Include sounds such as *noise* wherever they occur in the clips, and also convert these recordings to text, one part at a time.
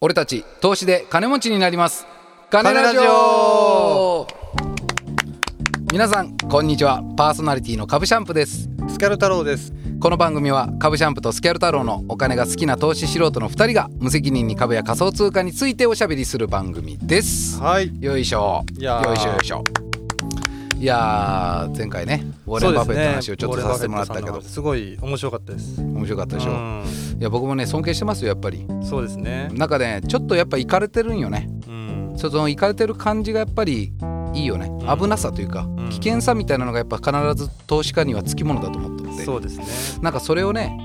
俺たち投資で金持ちになります金ラジ金ラジオオ皆さんこんにちはパーソナリティの株シャンプですスキャル太郎です。この番組は株シャンプとスキャル太郎のお金が好きな投資素人の2人が無責任に株や仮想通貨についておしゃべりする番組ですはい。よいしょいやーよいしょよいしょいやー前回ねウォーレン・バフェットの話をちょっとさせてもらったけウォーレンバどフェットさんの話すごい面白かったです。面白かったでしょ、ういや僕もね尊敬してますよやっぱりんそうですね。なんかねちょっとやっぱいかれてるんよねうん。その行かれてる感じがやっぱりいいよねうん危なさというか、ん危険さみたいなのがやっぱ必ず投資家にはつきものだと思ってそてうですね。なんかそれをね、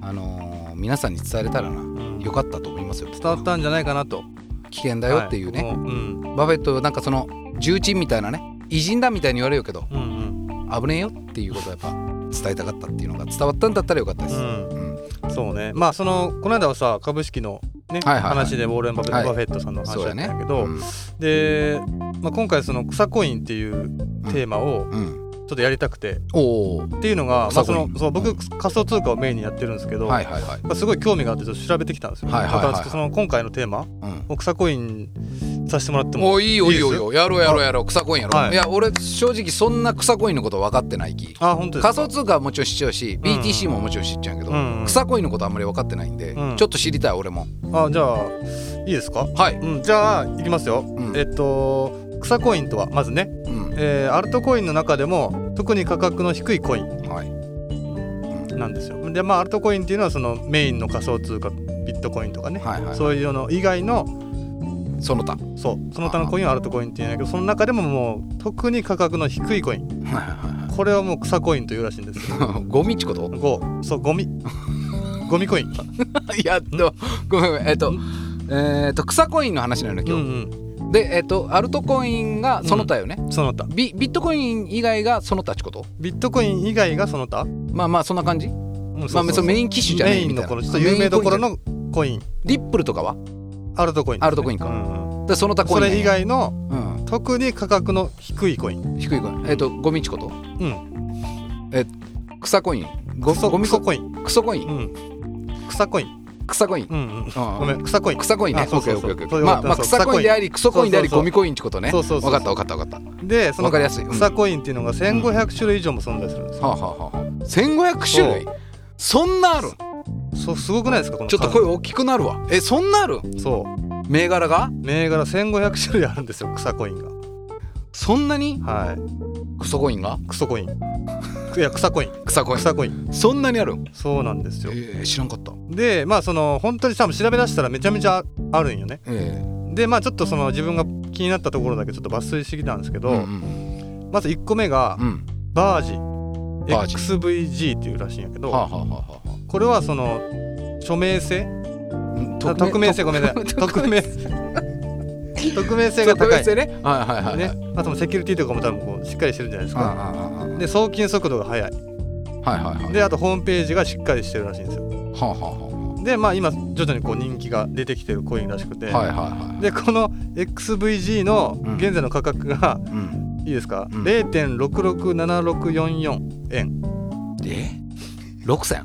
あのー皆さんに伝えれたらなうん良かったと思いますよ伝わったんじゃないかなと。危険だよっていうね、はい僕もうん。バフェットなんかその重鎮みたいなね偉人だみたいに言われるけどうん危ねえよっていうことをやっぱ伝えたかったっていうのが伝わったんだったら良かったでうす、ん。うんうん。そうね。まあそのこの間はさ株式のねはいはいはい話でウォーレンバフェはいバフェットさんの話そうだやっねたんだけうど、んでまあ今回その草コインっていうテーマをうん、ちょっとやりたくておおっていうのがまあ草そコインのそう僕仮想通貨をメインにやってるんですけど、はいはいはい、まあすごい興味があってちょっと調べてきたんですよ。はいはいはいだからちょっとその今回のテーマうん、を草コインさせてもらってももういいよいいよいいですよやろうやろうやろう草コインやろう、、はいいや俺正直そんな草コインのこと分かってないきあ本当です仮か想通貨はもちろん知っちゃうしうん BTC ももちろん知っちゃうけど、うんうん草コインのことあんまり分かってないんで、うんちょっと知りたい俺もあじゃあいいですかはい、うんじゃあいきますよ、んえっと草コインとはまずね、うんえーアルトコインの中でも特に価格の低いコインはいなんですよでまあアルトコインっていうのはそのメインの仮想通貨ビットコインとかね、はいはいそういうの以外のその他は *laughs* そうその他のコインはアルトコインっていうんだけどその中でももう特に価格の低いコインいはこれはもう草コインというらしいんで *laughs* すよいはいゴミっちことゴーそうゴミゴミコインいやでもごめんごめんえっ、とんえっ、と草コインの話なんだう今日、んでえっ、とアルトコインがその他よね、うんその他ビビットコイン以外がその他っちことビットコイン以外がその他、うんまあまあそんな感じそうそうまあそのメイン機種じゃねえメインみたいなのこのちょっと有名どころのコインリップルとかはアルトコインですね、アルトコインかうんうんでその他コイそンねれ以、外のうん、特に価格の低いコイン低いコインえっ、とゴミっちことうん草コインゴクソゴミクソココインクソコインうん草コイン草コインうんうんああごめん草コイン草コインね。オあそうッケそーうオッそうケーオッケそー。ういうまあことまあそう草コインでありクソコインでありそうそうそうゴミコインってことね。そうそうそうそうわかったわかったわかった。でそわのかりやすい。うんは草コインっていうのが1500種類以上も存在するんですよ、あはあはあはあ。千五百種類そ。そんなあるん。そうすごくないですかこのちょっと声大きくなるわ。えそんなあるん？とそう銘柄が？銘柄1500種類あるんですよ草コインがそんなに？はいクソコインが？クソコインいや草コイン草コイン。草コインそんなにあるん？そうなんですよえー知らんかった。でまあその本当に多分調べ出したらめちゃめちゃあるんよねええ。でまあちょっとその自分が気になったところだけちょっと抜粋してきたんですけど、うんうんまず1個目がうん。バージバージ XVG っていうらしいんやけど、はあはあはあはあこれはその署名性うん。あ匿名性ごめんなさ *laughs* い匿名匿名性が匿高名い性ね。はいはいはいはい。ね、あともセキュリティとかも多分こうしっかりしてるんじゃないですああか、あああで送金速度が速いあはいはいはい。であとホームページがしっかりしてるらしいんですよはあはあはでまあ今徐々にこう人気が出てきてるコインらしくて、あ。はいはいはい。でこの XVG のうん現在の価格が、うん。いいですか、うん0.667644円え？六千。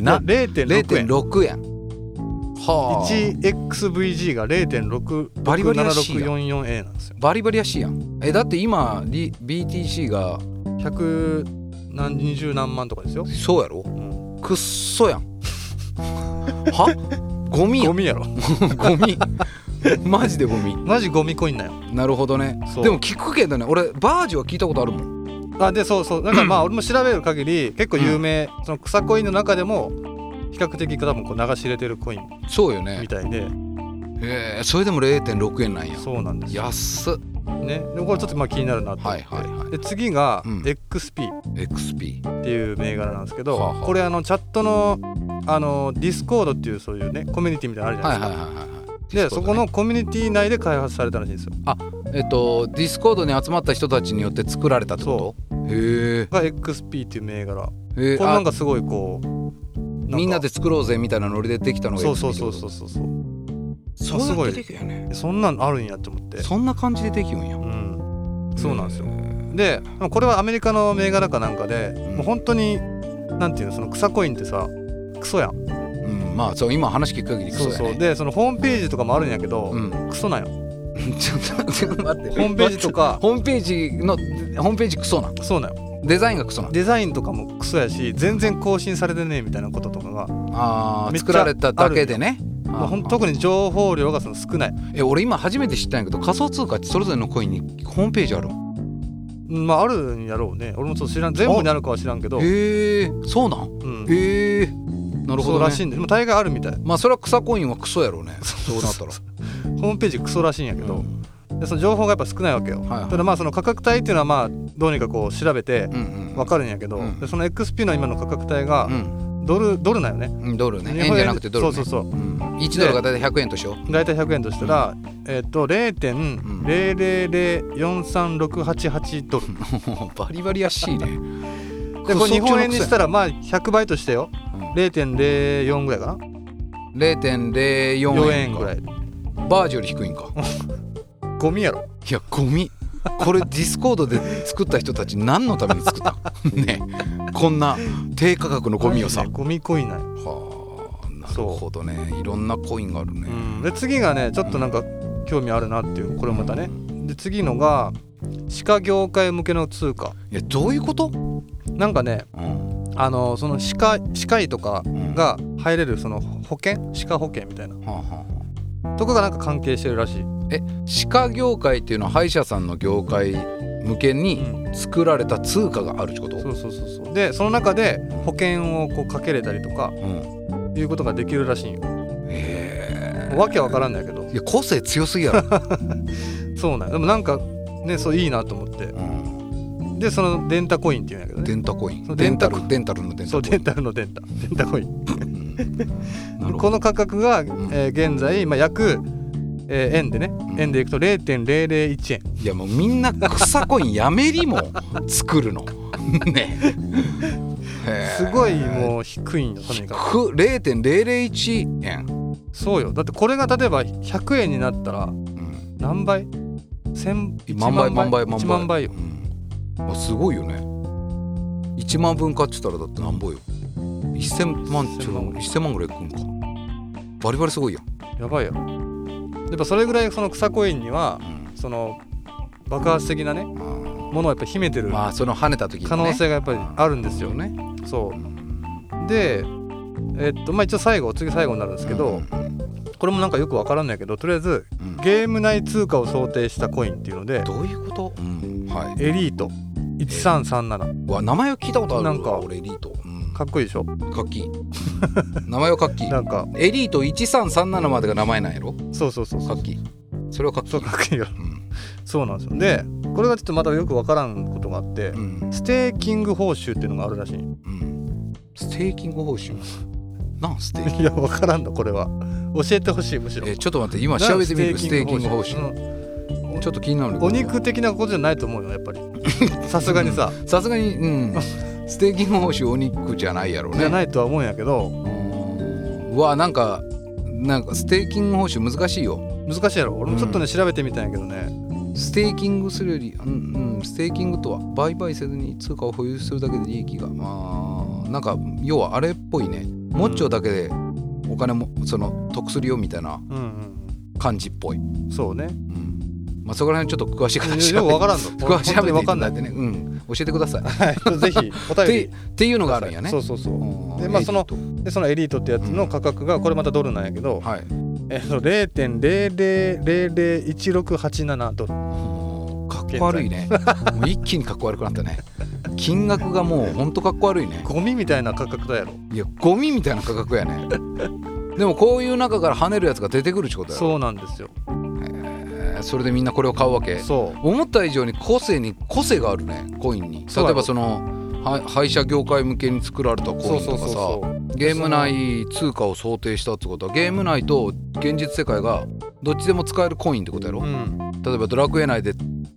まなあ。0.6円0.6円はあ 1XVG がバリバリらしいや 0.667644A なんですよバリバリやしいやんえだって今リ BTC が100何二十何万とかですよ、そうやろうんくっそやんはゴミやゴんミやろゴミマジでゴミマジゴミコインなんよなるほどねそうでも聞くけどね俺バージは聞いたことあるもんあでそうそうなんかまあ俺も調べる限り結構有名、その草コインの中でも比較的多分こう流し入れてるコインそうよねみたいでえーそれでも0.6円なんやそうなんですよ、安っね、でこれちょっとまあ気になるなと思はっいて、はいはで次がうん XP、い XP っていう銘柄なんですけど、はあはあこれあのチャットのあのディスコードっていうそういうねコミュニティみたいなのあるじはゃないいではいはいすか、はいでそこのコミュニティ内で開発されたらしいんですよえっとディスコードに集まった人たちによって作られたってことへえが XP っていう銘柄こえれー、なんあかすごいこうかみんなで作ろうぜみたいなノリでできたのがそうそうそううそうそうそうそうすやごっいてできるよねでそんなんあるんやって思ってそんな感じでできるんやうんそうなんですよへでこれはアメリカの銘柄かなんかで、んもう本当になんていうのその草コインってさクソやんーうんうんまあそう今話聞く限りクソそうやそうねでそのホームページとかもあるんやけど、うんクソなんよ *laughs* ちょっと待って待ってホームページとかホームページのホームページクソなそうなんよデザインがクソなデザインとかもクソやし全然更新されてねえみたいなこととかが、あーめっちゃ作られただけでねまあ、ほんあー特に情報量がその少ない、え俺今初めて知ったんやけど仮想通貨ってそれぞれのコインにホームページあるのうんまああるんやろうね俺もちょっと知らん全部にあるかは知らんけど、へえそうなんうん、へえなるそほうど、らねし、いんで、でも大概あるみたいまあそれは草コインはクソやろうねそうなったらホームページクソらしいんやけど、うんでその情報がやっぱ少ないわけよ、はいはいただまあその価格帯っていうのはまあどうにかこう調べてうんわかるんやけど、うんでその XP の今の価格帯がうんドル、ドルなんよねうんドルね日円本じ円ゃなくてドル、ね、そうそうそうん1ドルが大体100円と *laughs* しよう大体100円としたら、えっと0.00043688ドル、うバリバリ安しいねでこれ日本円にしたららまあ100倍としてよ0.04ぐらいかな0.04 4円円ぐらかいバージより低いんかゴミやろいやゴミこれディスコードで作った人たち何のために作った *laughs* んねこんな低価格のゴミをさマジでゴミコインない、はあなるほどねいろんなコインがあるうね、ん、で次がねちょっとなんか興味あるなっていうこれまたねで次のが歯科業界向けの通貨いやどういうこと、なんかねうんあのその歯科歯科医とかうんが入れるその保険歯科保険みたいなはあはあはとこがなんか関係してるらしい、あ歯科業界っていうのは歯医者さんの業界向けに作られた通貨があるってこと、そうそうそうそうでその中で保険をこうかけれたりとかうん、いうことができるらしいんよえわけわからんないけどえいや個性強すぎやろ、そうなんよでもなんかねそういいなと思って *laughs* うん、でそのデンタコインっていうんやけどねデンタコインそうデデンンタタルデンタルのデンタそコイうンデンタルのデンタデンタコインうんなるほこどの価格が、えんー現在、まあ、約、えー円でね、うん円でいくと0.001円いやもうみんな草コインやめりもう *laughs* 作る *laughs* のねえすごいもう低いんよとにかく0.001円、くそうよだってこれが例えば100円になったらうん、何倍千万倍万倍万倍1万倍ようんあすごいよね1万分買ってたらだってなんぼよ1000万ちょ1000万ぐらいいくんかバリバリすごいやん、やばいよやっぱそれぐらいその草コインにはうんその爆発的なねあーものをやっぱ秘めてるまあその跳ねた時に、ね、可能性がやっぱりあるんですよよ、ねそううんでえっとまあ一応最後次最後になるんですけうどんうんこれもなんかよくわからんないけどとりあえずうんゲーム内通貨を想定したコインっていうのでどういうこと、うん、はいエリート1337うわ名前を聞いたことあるなんか俺エリート、うん、かかっこいいでしょっきい *laughs* 名前はかっきいなんかエリート1337までが名前なんやろそうそうそうそかうっきいそれはかっきそ、いうかっこいいようんそうなんですよでこれがちょっとまたよくわからんことがあってうんステーキング報酬っていうのがあるらしいう *laughs* ん、ステーキング報酬なんステーキンいやわからんのこれは教えてほしいむしろグえちょっと待って今調べてみるステーキング報酬うんちょっと気になるお肉的なことじゃないと思うよやっ *laughs* ぱりさすがにささすがにうん *laughs* ステーキング報酬お肉じゃないやろうねじゃないいとは思うんやけどうわなんかなんかステーキング報酬難しいよ難しいやろ俺もちょっとうね調べてみたんやけどねステーキングするより、うんうん、ステーキングとは売買せずに通貨を保有するだけで利益がまあなんか要はあれっぽいねモッチョだけでお金もその得するよみたいなうんうん感じっぽい、ううんそうねんまあ、そこら辺ちょっと詳しい話いやよくわからんの詳しい本当にわわかかんんなないいってね、うん、教えてください。っはい *laughs* ぜひお便てりっていうのがあるんやね。そうそうそううんでまあそのえっとでそのエリートってやつの価格がこれまたドルなんやけど、はい、えっと0.00001687ドルもうかっこ悪いね。もう一気にかっこ悪くなったね。金額がもう本当かっこ悪いね。ゴミみたいな価格だやろいやゴミみたいな価格や *laughs* ね。でもこういう中から跳ねるやつが出てくるってことやろ。そうなんですよえーそれでみんなこれを買うわけ。そ思った以上に個性に個性があるねコインに。そ例うやえろばそのは廃車業界向けに作られたコイうンそとうそうかそうさ。そうゲーム内通貨を想定したってことはゲーム内と現実世界がどっちでも使えるコインってことやろ、うん例えばドラクエ内で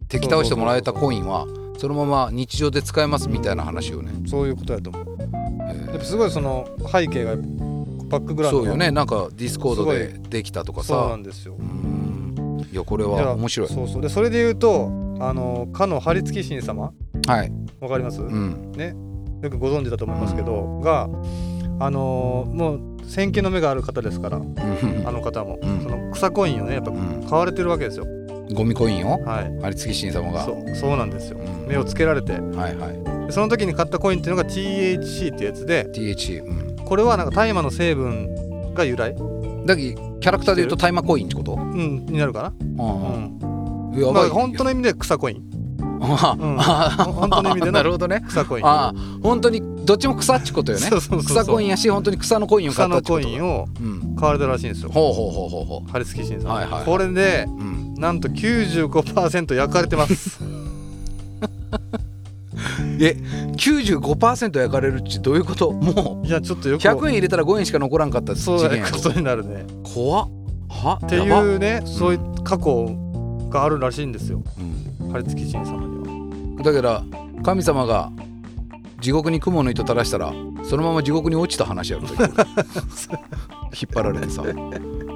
敵倒してもらえたコインはそのまま日常で使えますみたいな話をね、そういうことやと思うえーやっぱすごいその背景がバックグラウンドそがうよねなんかディスコードですできたとかそうなさんですようーんいやこれだかはら面白いそうそうでそれで言うとあのかの張付神様はいわかります、うんよくご存知だと思いますけど、があのーもう先見の目がある方ですからうんあの方も、うんその草コインをねやっぱうん買われてるわけですよ、ゴミコインをはい有月新様がそうそうなんですよ、うん目をつけられてはいはいでその時に買ったコインっていうのが THC ってやつで THC うんこれはなんか大麻の成分が由来、だけどキャラクターで言うと大麻コインってことうん、になるかな、うあん、あやまばあい本 *laughs* 当の意味で草コインあ *laughs* うんああ本当の意味で *laughs* のなるほどね草コインああ本当にどっちも草っちことよねそうそうそうそう草コインやし本当に草のコインを買草ったっのてこコとインをうん買われたらしいんですよほうほうほうほうほハリスキシンさん、はいはいこれでううんなんと95%焼かれてます *laughs* え95%焼かれるっちどういうこともいやちょっとようく100円入れたら5円しか残らんかったそう事件いうやことになるね怖っはってやばいうねそういう過去があるらしいんですようんハリツキ神様にはだから神様が地獄に雲の糸垂らしたらそのまま地獄に落ちた話やろ *laughs* 引っ張られてさ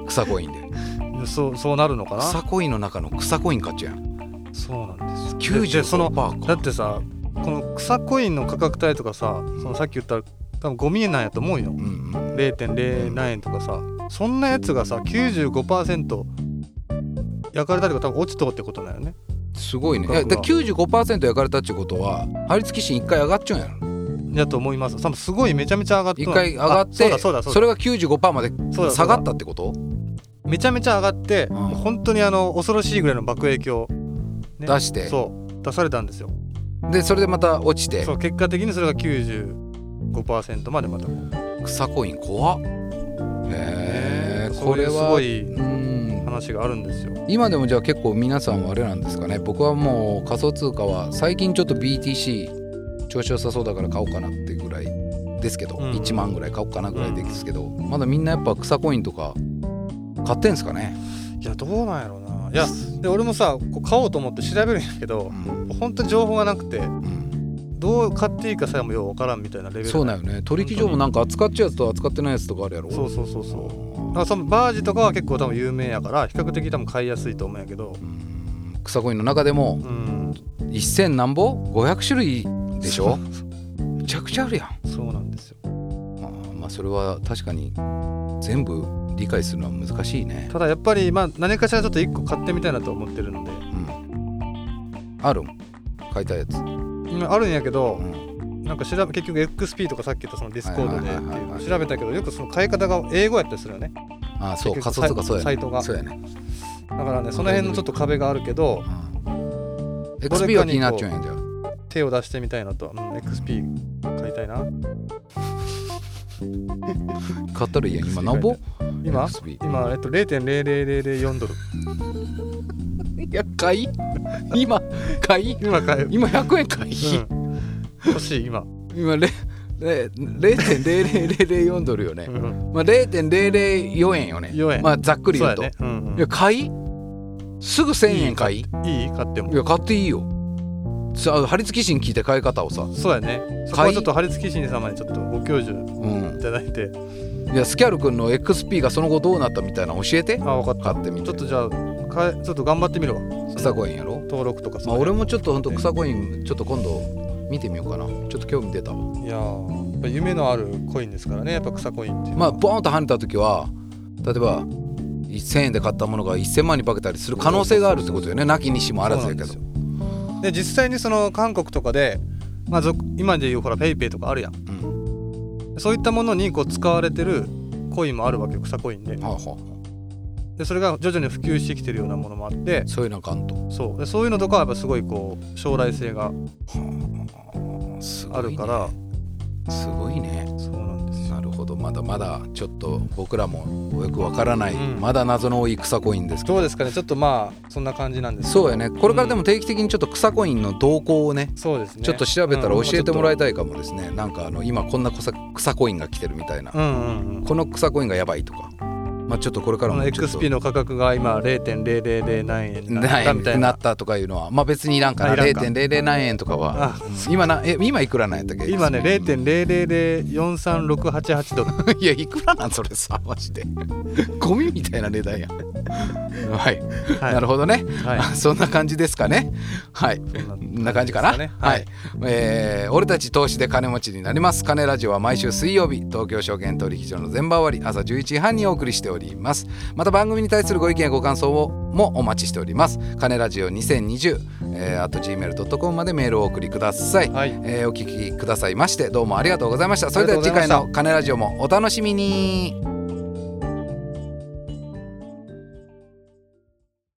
草コインでそうそうなるのかな草コインの中の草コイン買っちゃうやんそうなんですよでで95%そのかだってさこの草コインの価格帯とかさそのさっき言った多分ゴミなんやと思うようんうん0.0何円とかさそんなやつがさ95%焼かれたりとか多分落ちとうってことだよねすごいね価え格がだから95%焼かれたっちゅうことは張り付き芯1回上がっちゃうんやろやと思います多分すごいめちゃめちゃ上がった1回上がってあそうだそうだそうだれが95%までそうだ下がったってことめちゃめちゃ上がって、んもう本当にあの恐ろしいぐらいの爆影響ね出してそう出されたんですよでそれでまた落ちてそう結果的にそれが95%までまた草コイン怖っへえそこういれうすはごいうーん話があるんですよ今でもじゃあ結構皆さんはあれなんですかね僕はもう仮想通貨は最近ちょっと BTC 調子良さそうだから買おうかなってぐらいですけど、うん1万ぐらい買おうかなぐらいですけど、まだみんなやっぱ草コインとか買ってんすかねいやどうなんやろうないやで俺もさこう買おうと思って調べるんやけどうん、本当に情報がなくてうんどう買っていいかさえもようわからんみたいなレベルそうだよね取引所もなんか扱っちゃうやつと扱ってないやつとかあるやろそうそうそうそうだからそのバージとかは結構多分有名やから比較的多分買いやすいと思うんやけどうん草コインの中でもうん1,000何ぼ500種類でしょめちゃくちゃあるやんそうなんですよあーまあそれは確かに全部理解するのは難しいね。ただやっぱりまあ何かしらちょっと1個買ってみたいなと思ってるのでうん、あるん買いたいやつ。今あるんやけどうんなんか調べ結局 XP とかさっき言ったそのディスコードではいっはいはいはいはいていう調べたけどよくその買い方が英語やったりするよねあーそう仮結想通局貨そうやサね。イトがそうやね。だからねその辺のちょっと壁があるけどうんどれかに XP は気になっちゃうんやじゃあ。手を出してみたいなと、うん、XP 買いたいな買ったらいいやん今 XP なんぼ今 XP 今、えっと、0.00004ドルいや買い今買い今買える、今100円買い、うん、欲しい今、今れれ0.0004ドルよねう。ん、まあ0.004円よね。 4円まあざっくりそう言うやと。ね、うんうんいや買いすぐ1,000円買いいい買ってもいや買っていいよさあ張り付き神聞いて買い方をさ、そうやねそこはちょっと張付神様にちょっとご教授いうただいてん、いやスキャル君の XP がその後どうなったみたいなの教えてあ分かっ買ってみたてちょっとじゃあかえちょっと頑張ってみるわ草コインやろ、登録とかまあ、俺もちょっとほんとね草コインちょっと今度見てみようかなちょっと興味出たわいやーやっぱ夢のあるコインですからねやっぱ草コインっていうのまはあボーンと跳ねた時は例えば1,000円で買ったものが1,000万に化けたりする可能性があるってことよねなきにしもあらずやけどそうなんですよで実際にその韓国とかで、まあ、俗今でいうほらペイペイとかあるやんうんそういったものにこう使われてるコインもあるわけよ草コインではあはでそれが徐々に普及してきてるようなものもあってあ、そういうのかんとそうでそういうのとかはやっぱすごいこう将来性がすごあいねるから、すごいねそうなんですよなるほどまだまだちょっと僕らもよくわからない、うんまだ謎の多い草コインですけどどうですかねちょっとまあそんな感じなんですけどそうやねこれからでも定期的にちょっと草コインの動向をねそうですねちょっと調べたら教えてもらいてたいかもですね、なんかあの今こんな草草コインが来てるみたいな、うんうんうんこの草コインがやばいとかまあちょっとこれからこものちょっと XP の価格が今0.000何円になったみたないななったとかいうのはまあ別にいらんかあないらんか0.00何円とかはあうん今なえ今いくらなんやったっけ今 *laughs* ね XP 0.000436888ドルいやいくらなんそれさマジで *laughs* ゴミみたいな値段やんはい、はいなるほどね、 *laughs* はいあそんな感じですかねはいそんな感じかなですねはい、えー俺たち投資で金持ちになります金ラジオは毎週水曜日東京証券取引所の全場終わり朝11時半にお送りしておりますまた番組に対するご意見やご感想をもお待ちしております金ラジオ2020、えー、あと gmail.com までメールをお送りください、はいえーお聞きくださいましてどうもありがとうございましたそれでは次回の金ラジオもお楽しみに